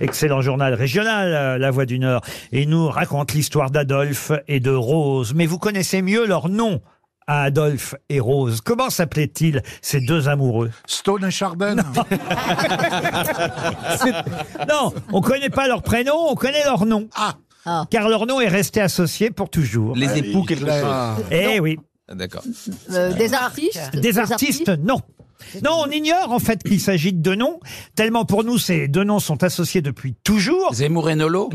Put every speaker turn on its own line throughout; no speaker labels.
excellent journal régional, euh, La Voix du Nord. Et il nous raconte l'histoire d'Adolphe et de Rose. Mais vous connaissez mieux leur nom à Adolphe et Rose. Comment s'appelaient-ils ces deux amoureux
Stone et Charden.
Non, on connaît pas leur prénom, on connaît leur nom.
Ah.
Ah.
Car leur nom est resté associé pour toujours.
Les époux quelque chose.
Ah.
Eh oui.
Ah, D'accord.
Euh, des artistes
Des artistes, non. Non, on ignore en fait qu'il s'agit de deux noms, tellement pour nous ces deux noms sont associés depuis toujours.
Zemmour et Nolo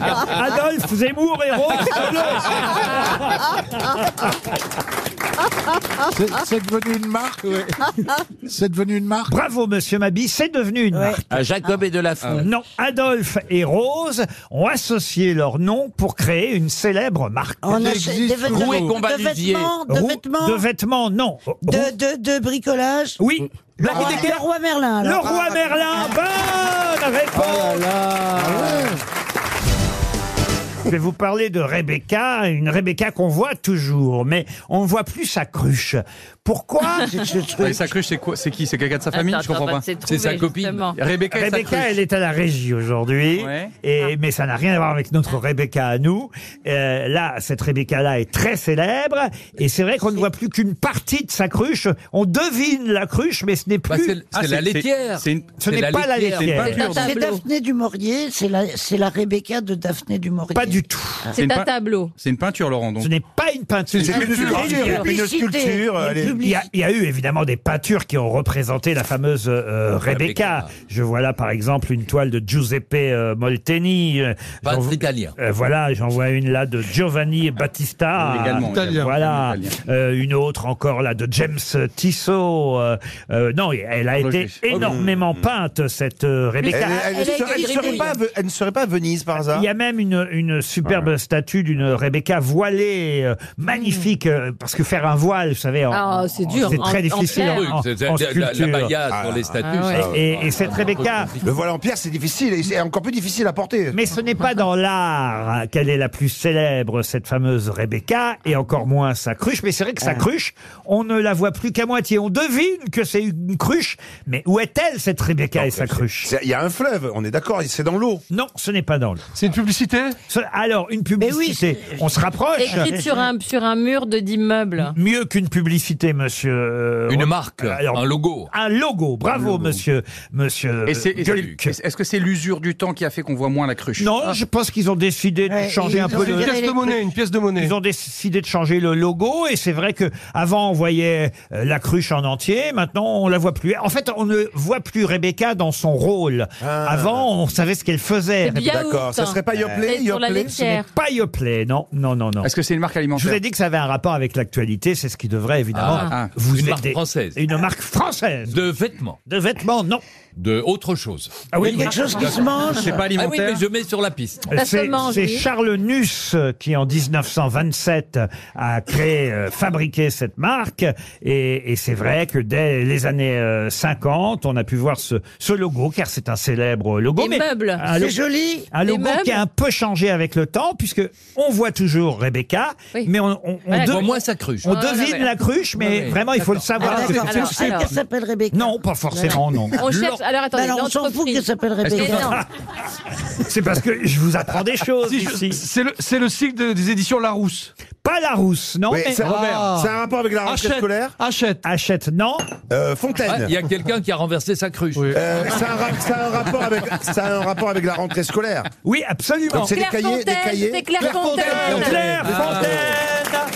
Adolphe Zemmour et Rose Nolo.
C'est c'est devenu une marque C'est devenu une marque
Bravo Monsieur Mabi, c'est devenu une marque.
Ah, Jacob et Delafont.
Non, Adolphe et Rose ont associé leurs noms pour créer une célèbre marque.
On
Ça
a
existe
des vêtements,
toujours.
Roux et combat
de
d'osier.
vêtements, Oh, de
Roux-
vêtements,
de vêtements, non. Roux-
de, de, de bricolage.
Oui.
Ah, le roi Merlin,
Le
alors.
roi Merlin,
Ah,
bonne réponse Je vais vous parler de Rebecca, une Rebecca qu'on voit toujours, mais on ne voit plus sa cruche. Pourquoi
Et sa cruche, c'est quoi C'est qui C'est quelqu'un de sa famille Je comprends pas.
C'est sa copine.
Ah, Rebecca, et sa
Rebecca,
cruche.
elle est à la régie aujourd'hui,
Ouais. Ah.
et, mais ça n'a rien à voir avec notre Rebecca à nous. Euh, là, cette Rebecca-là est très célèbre, et c'est vrai qu'on ne voit plus qu'une partie de sa cruche. On devine la cruche, mais ce n'est
Bah,
plus...
ah,
c'est la laitière.
C'est une...
ce
c'est
n'est
la
pas la
laitière, c'est une
laitière.
peinture.
C'est Daphné du Maurier, c'est la, c'est la Rebecca de Daphné du Maurier.
Pas du tout.
Ah.
c'est une
C'est un
pein-
tableau.
C'est une peinture, Laurent. Donc.
Ce n'est pas une peinture.
Une sculpture,
Il y, a, il y a eu évidemment des peintures qui ont représenté la fameuse euh, Rebecca.
Rebecca.
Je vois là par exemple une toile de Giuseppe euh, Molteni. Euh, j'en
Peintre
vois-
italien.
euh, voilà, j'en vois une là de Giovanni Battista.
Également,
Euh, Voilà,
italien.
Euh, une autre encore là de James Tissot. Euh, euh, non, elle a été
Horloger.
énormément peinte cette euh, Rebecca.
Elle, elle
Elle a
serait-
été
elle serait
bridée.
pas à Ve- elle ne serait pas à Venise par hasard
Il y a même une, une superbe statue d'une Rebecca voilée, euh, magnifique, euh, parce que faire un voile, vous savez, en-
Ah, c'est
en-
dur,
c'est
en-
très
en
difficile
pierre.
Ah, en, en- en
la, la
sculpture.
baïa
Ah,
sur les statues.
ah ouais.
ça.
Et, et cette Rebecca,
Le voile en pierre, c'est difficile, et c'est encore plus difficile à porter.
mais ce n'est pas dans l'art qu'elle est la plus célèbre, cette fameuse Rebecca, et encore moins sa cruche. Mais c'est vrai que sa cruche, on ne la voit plus qu'à moitié. On devine que c'est une cruche, mais où est-elle cette Rebecca et sa cruche
C'est- Il y a un fleuve, on est d'accord, c'est dans l'eau.
Non, ce n'est pas dans l'eau.
C'est une publicité
Ce- Alors, une
oui,
publicité, on se rapproche.
Écrite sur un, sur un mur de d'immeuble.
Mieux qu'une publicité, monsieur. euh,
Une
Ro-
marque,
Alors,
un logo.
Un logo, bravo, monsieur, monsieur.
Et c'est- et c'est- Ah.
Gueluc.
Est-ce que c'est l'usure du temps qui a fait qu'on voit moins la cruche
Non, je pense qu'ils ont décidé de
Ouais,
changer
ils
un
ont
peu.
viré
Le...
les trucs.
une pièce de monnaie.
Ils ont décidé de changer le logo et c'est vrai que avant on voyait euh, la cruche en entier, maintenant on la voit plus. En fait, on ne voit plus Rebecca dans son rôle.
Ah.
Avant, on savait ce qu'elle faisait.
C'est bien. Yaourt.
D'accord, ça serait pas Yoplait,
C'est sur la
Yoplait
Mais
laitière.
Pas Yoplait, non, non, non, non.
Est-ce que c'est une marque
Je
alimentaire
vous ai dit que ça avait un rapport avec l'actualité, c'est ce qui devrait évidemment
Ah.
vous
Une
aider.
marque française.
Une marque française.
De vêtements.
De vêtements, non.
De autre chose.
Ah oui,
Quelque chose qui se mange.
C'est pas
Ah oui,
alimentaire
mais je mets sur la piste.
Ça se
Euh, C'est
mange,
c'est
oui.
Charles Nuss qui, en 1927, a créé, euh, fabriqué cette marque. Et, et c'est vrai que dès les années euh, 50, on a pu voir ce, ce logo, car c'est un célèbre logo.
Des meubles.
Un, lo-
C'est joli.
un
Des
logo
meubles.
qui a un peu changé avec le temps, puisque on voit toujours Rebecca,
Oui.
mais on, on- on
Voilà,
de-
Pour moi, ça cruche.
on
Ah,
devine
ouais, ouais.
la cruche, mais
Ouais, ouais.
vraiment, il faut le
Ah,
savoir.
Alors, alors,
Est-ce
alors.
qu'elle s'appelle Rebecca
Non, pas forcément, non.
On cherche. Alors
Bah
attendez,
Alors, on s'en fout
l'entreprise.
qu'elle s'appelle
Est-ce
Mais
que-
Rebecca.
non.
C'est parce que je vous apprends des choses ici.
Ah, C'est le, c'est le cycle de- des éditions Larousse. Ah.
Pas la rousse, non,
Oui,
mais
c'est c'est un rapport avec la rentrée scolaire
achète.
achète, non.
Euh,
Ah,
Fontaine.
Il y a quelqu'un qui a renversé sa cruche.
Euh, ça, a un, rap- ça a un rapport avec, ça a un rapport avec la rentrée scolaire.
Oui, absolument.
Donc c'est des
Claire
cahiers, des
Fontaine, c'est
cahiers.
Claire Fontaine.
Claire
Ah.
Fontaine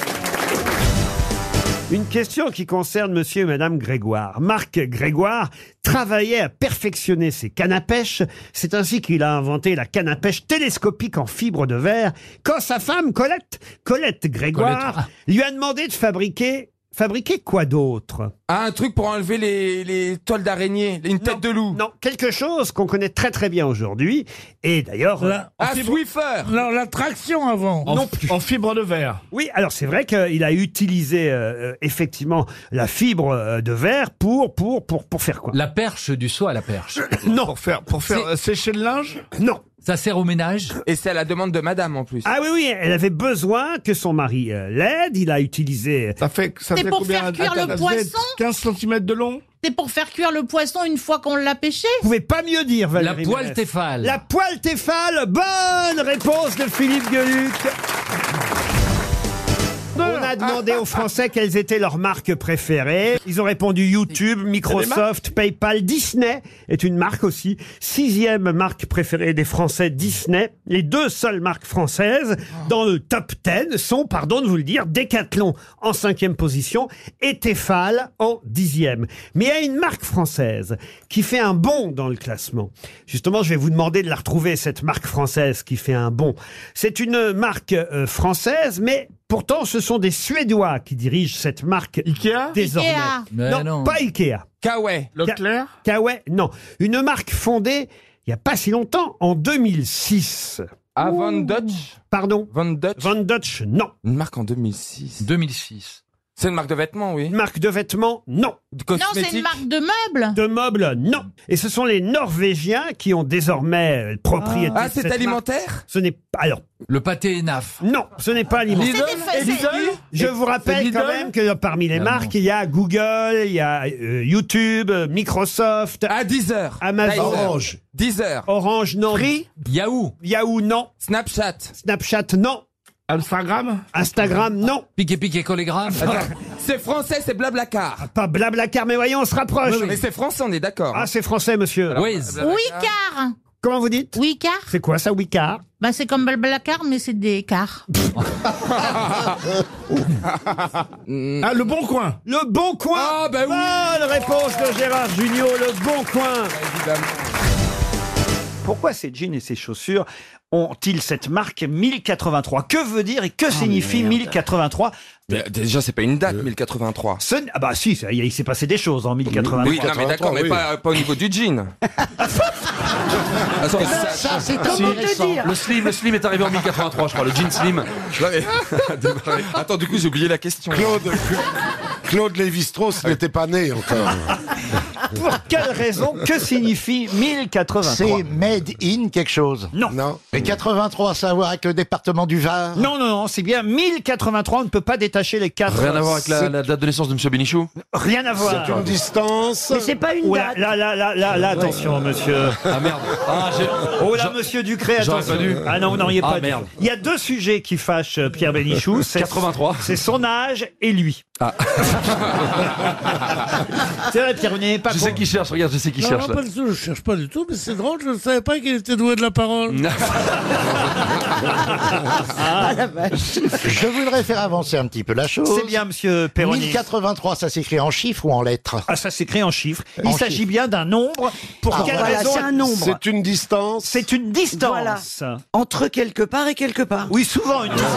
Une question qui concerne monsieur et madame Grégoire. Marc Grégoire travaillait à perfectionner ses cannes à pêche. C'est ainsi qu'il a inventé la canne à pêche télescopique en fibre de verre. Quand sa femme, Colette, Colette Grégoire,
ah.
lui a demandé de fabriquer, fabriquer quoi d'autre
Ah, un truc pour enlever les, les toiles d'araignée, une tête de loup.
Non, quelque chose qu'on connaît très très bien aujourd'hui. Et d'ailleurs,
Un Swiffer.
Non, l'attraction avant.
En-
en fibre de verre.
Oui, alors c'est vrai qu'il a utilisé euh, euh, effectivement la fibre euh, de verre pour pour pour pour faire quoi
La perche du saut à la perche.
Pour faire, pour faire euh, sécher le linge
Non,
Ça sert au ménage
Et c'est à la demande de madame en plus.
Ah oui, oui, elle avait besoin que son mari euh, l'aide. Il a utilisé. euh,
Ça fait, ça
C'est
fait
pour
combien
faire cuire
Attends,
le
ça faisait
poisson
15 cm de long
C'est pour faire cuire le poisson une fois qu'on l'a pêché
Vous pouvez pas mieux dire,
La
Valérie.
poêle
Mérès.
Tefal.
La poêle Tefal. Bonne réponse de Philippe Gueluc. On a demandé aux Français quelles étaient leurs marques préférées. Ils ont répondu YouTube, Microsoft, PayPal, Disney est une marque aussi. Sixième marque préférée des Français, Disney. Les deux seules marques françaises dans le top 10 sont, pardon de vous le dire, Decathlon en cinquième position et Tefal en dixième. Mais il y a une marque française qui fait un bond dans le classement. Justement, je vais vous demander de la retrouver, cette marque française qui fait un bond. C'est une marque euh, française, mais Pourtant, ce sont des Suédois qui dirigent cette marque
Ikea
désormais.
Ikea.
Bah
Mais
Non,
non.
pas Ikea.
Kawaii.
Leclerc
Kawaii, non. Une marque fondée il n'y a pas si longtemps, en 2006.
Ah, Van Dutch.
Pardon
Van Dutch.
Van Dutch, non.
Une marque en 2006.
2006.
C'est une marque de vêtements, oui.
Une marque de vêtements, non.
De
Non, c'est une
cosmétiques.
marque de meubles.
De meubles, non. Et ce sont les Norvégiens qui ont désormais euh, propriété
Ah,
de cette
c'est
marque.
alimentaire
Ce n'est pas... Alors,
Le pâté ENAF.
non, ce n'est pas alimentaire.
C'est des fa- c'est-
Je vous rappelle quand
Lidl
même que parmi les
Ah,
marques, il y a Google, il y a euh, YouTube, euh, Microsoft,
Ah, Deezer.
Amazon.
Deezer.
Orange.
Deezer.
Orange, non.
Yahoo.
Yahoo, non.
Snapchat.
Snapchat, non.
Instagram
Instagram, non.
Piqué piqué collégramme.
C'est français, c'est Blablacar.
Pas Blablacar, mais voyons, on se rapproche.
Mais c'est français, on est d'accord.
Ah, c'est français, monsieur.
Waze.
Wicard.
Comment vous dites
Wicard
C'est quoi ça, Wicard
Bah, c'est comme Blablacar, mais c'est des cars.
Ah, le bon coin
Le Bon Coin
Mm. Ah, bah oui.
Bonne réponse de Gérard Junior, Le Bon Coin
Bah, Évidemment.
Pourquoi ces jeans et ces chaussures ont-ils cette marque 1083 Que veut dire et que
Ah,
signifie 1083
Mais déjà, c'est pas une date, 1083.
Ce n- Ah bah si, ça y est, il s'est passé des choses en 1083.
Oui, non, mais d'accord, mais
oui.
pas, pas au niveau du jean. Parce que ça-
Ça, c'est comment te dire
Le slim, le slim est arrivé en 1083, je crois, le jean slim.
Non, mais- Démarrer. Attends, du coup, j'ai oublié la question.
Claude, Claude Lévi-Strauss n'était pas né encore.
Pour quelle raison Que signifie 1083
C'est Made in quelque chose.
Non.
Non. Mais 83, ça a à voir avec le département du Var.
Non, non, non, c'est bien 1083, on ne peut pas détacher les quatre.
Rien à voir avec la, la date de naissance de M. Bénichou
Rien à voir.
Une distance.
Mais c'est pas une
Oula,
date.
là, là, là, là, là, attention, monsieur.
Ah merde. Ah, j'ai-
Oh là, monsieur Ducré,
J'aurais
attention.
pas dû.
Ah non, non, il n'y est
Ah,
pas. dû.
merde.
Il y a deux sujets qui fâchent euh, Pierre Bénichou. C'est-
83.
C'est son âge et lui.
Ah.
c'est vrai, Pierre, vous n'avez pas
Je sais
compris.
qui cherche, regarde, je sais qui cherche.
Non, pas du tout, je cherche pas du tout, mais c'est drôle, je ne savais pas qu'il était doué de la parole.
là.
Je voudrais faire avancer un petit peu la chose.
C'est bien, monsieur Perroni.
1083, ça s'écrit en chiffres ou en lettres
Ah, ça s'écrit en chiffres. Il
En
s'agit bien d'un nombre. Pour
Ah,
quelle
voilà,
raison
c'est un nombre.
une distance.
C'est une distance.
Entre quelque part et quelque part.
Oui, souvent une distance.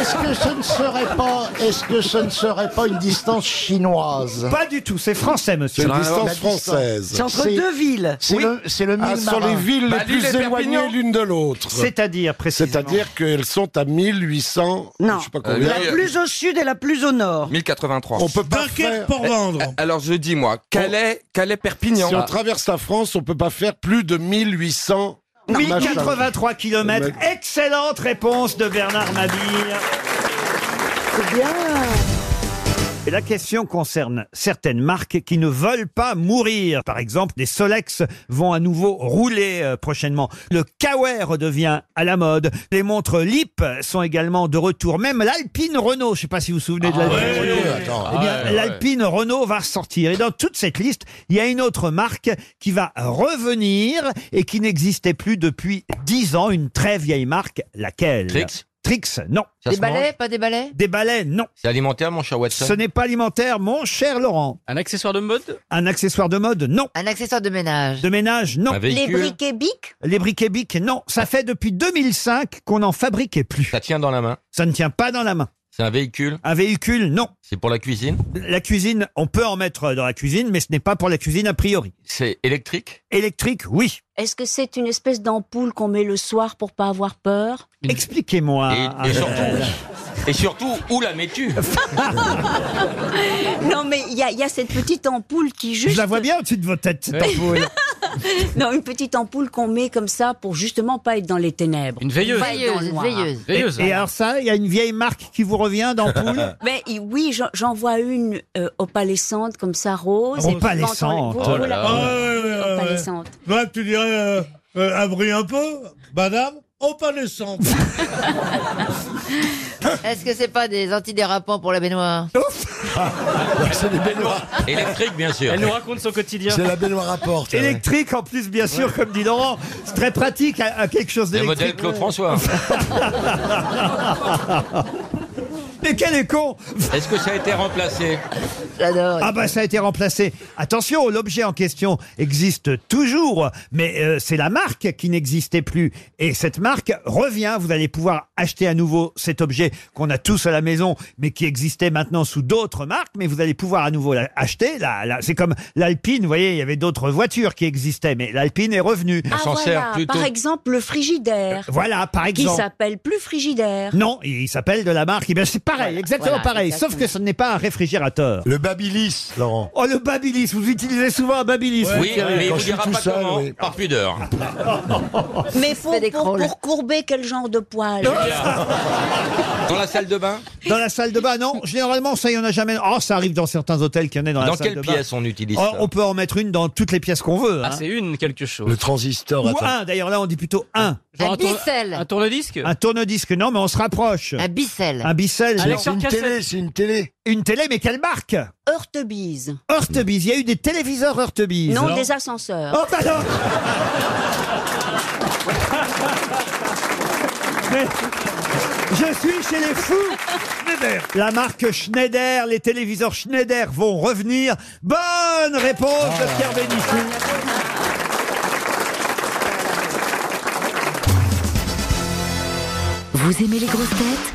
Est-ce que ce ne serait pas, est-ce que ce ne serait pas une distance chinoise
Pas du tout, c'est français, monsieur.
une distance
française.
C'est entre deux villes.
C'est le, c'est le mille
Ah, Sur
marins.
les villes
Bah,
les
Lille
plus
et Perpignan.
éloignées l'une de l'autre.
C'est-à-dire, précisément.
C'est-à-dire qu'elles sont à 1800.
Non.
Je sais pas
Euh,
combien.
La plus au sud et la plus au nord.
1083.
On peut pas
Dunkerque,
faire.
Port-Vendre.
Alors, je dis, moi, Calais, Calais, Perpignan.
Si on traverse la France, on peut pas faire plus de 1800.
Oui,
machin.
83 km. Excellente réponse de Bernard Mabille.
C'est bien.
Et la question concerne certaines marques qui ne veulent pas mourir. Par exemple, les Solex vont à nouveau rouler euh, prochainement. Le Kawaii redevient à la mode. Les montres Lip sont également de retour. Même l'Alpine Renault, je ne sais pas si vous vous souvenez de l'Alpine Renault. Eh bien, l'Alpine Renault va ressortir. Et dans toute cette liste, il y a une autre marque qui va revenir et qui n'existait plus depuis 10 ans. Une très vieille marque. Laquelle
Trix
Trix, non.
Des balais, pas des balais
Des balais, non.
C'est alimentaire, mon cher
Ce n'est pas alimentaire, mon cher Laurent.
Un accessoire de mode
Un accessoire de mode, non.
Un accessoire de ménage.
De ménage, non.
Les briquets bic
Les briquets bic, non. Ça fait depuis 2005 qu'on n'en fabriquait plus.
Ça tient dans la main.
Ça ne tient pas dans la main.
C'est un véhicule.
Un véhicule, non.
C'est pour la cuisine.
La cuisine, on peut en mettre dans la cuisine, mais ce n'est pas pour la cuisine a priori.
C'est électrique.
Électrique, oui.
Est-ce que c'est une espèce d'ampoule qu'on met le soir pour pas avoir peur
Ah,
Expliquez-moi. Euh,
Et, et surtout, et surtout, où la mets-tu
Non, mais il y a, il y a cette petite ampoule qui
Je
juste.
la vois bien au-dessus de vos têtes. cette ampoule.
non, une petite ampoule qu'on met comme ça pour justement pas être dans les ténèbres.
Une veilleuse.
Pas être dans le noir.
hein.
Et, et alors ça, il y a une vieille marque qui vous revient d'ampoule
Mais il- oui, j'en- j'en vois une euh, opalescente comme ça, rose. et puis quand on-
Opalescente.
vous-
Oh
vous
là
la-
là.
Opalescente.
Bah, tu dirais, euh, euh, abri un peu, madame, opalescente.
Est-ce que c'est pas des antidérapants pour la baignoire
C'est des baignoires. Électrique, bien sûr.
Elle nous raconte son quotidien.
Électrique en plus, bien sûr, comme dit Laurent. C'est très pratique à, à quelque chose
Le
d'électrique.
modèle Claude François.
Mais quel est con
Est-ce que ça a été remplacé
J'adore.
Ah bah ça a été remplacé. Attention, l'objet en question existe toujours, mais euh, c'est la marque qui n'existait plus. Et cette marque revient, vous allez pouvoir acheter à nouveau cet objet qu'on a tous à la maison, mais qui existait maintenant sous d'autres marques, mais vous allez pouvoir à nouveau l'acheter. Là, là, c'est comme l'Alpine, vous voyez, il y avait d'autres voitures qui existaient, mais l'Alpine est revenue.
Ah, voilà, Par exemple, le frigidaire.
Voilà, par
Qui
exemple.
s'appelle plus frigidaire.
Non, il s'appelle de la marque. Eh bien, c'est pareil,
Voilà,
exactement
voilà,
pareil, sauf
exactement.
que ce n'est pas un réfrigérateur. Le Babilis, Laurent. Oh, le Babilis, vous utilisez souvent un Babilis. vous,
Oui,
Thierry.
mais il ne dira pas comment, par pudeur.
Mais pour, pour, pour courber quel genre de poil
Dans la salle de bain
Dans la salle de bain, non. Généralement, ça, il n'y en a jamais. Oh, ça arrive dans certains hôtels qu'il y en ait dans,
Dans
la salle
quelle
de bain.
pièce on utilise
Oh,
ça
On peut en mettre une dans toutes les pièces qu'on veut.
Ah,
hein.
c'est une quelque chose.
Le transistor. Ou
attends. Euh.
un, d'ailleurs, là, on dit plutôt un.
Genre
un,
un, tourne- un tourne-disque
tourne-disque, non, mais on se rapproche.
Ah,
Un
bicelle.
bah.
Un bicelle.
Un lecteur cassette.
Ah, c'est une télé. Une télé, mais quelle marque
Heurtebise.
Heurtebise. Il y a eu des téléviseurs Heurtebise.
Non, des ascenseurs.
Oh, bah non Mais je suis chez les fous La marque Schneider, les téléviseurs Schneider vont revenir. Bonne réponse de Pierre Bénichou.
Vous aimez les grosses têtes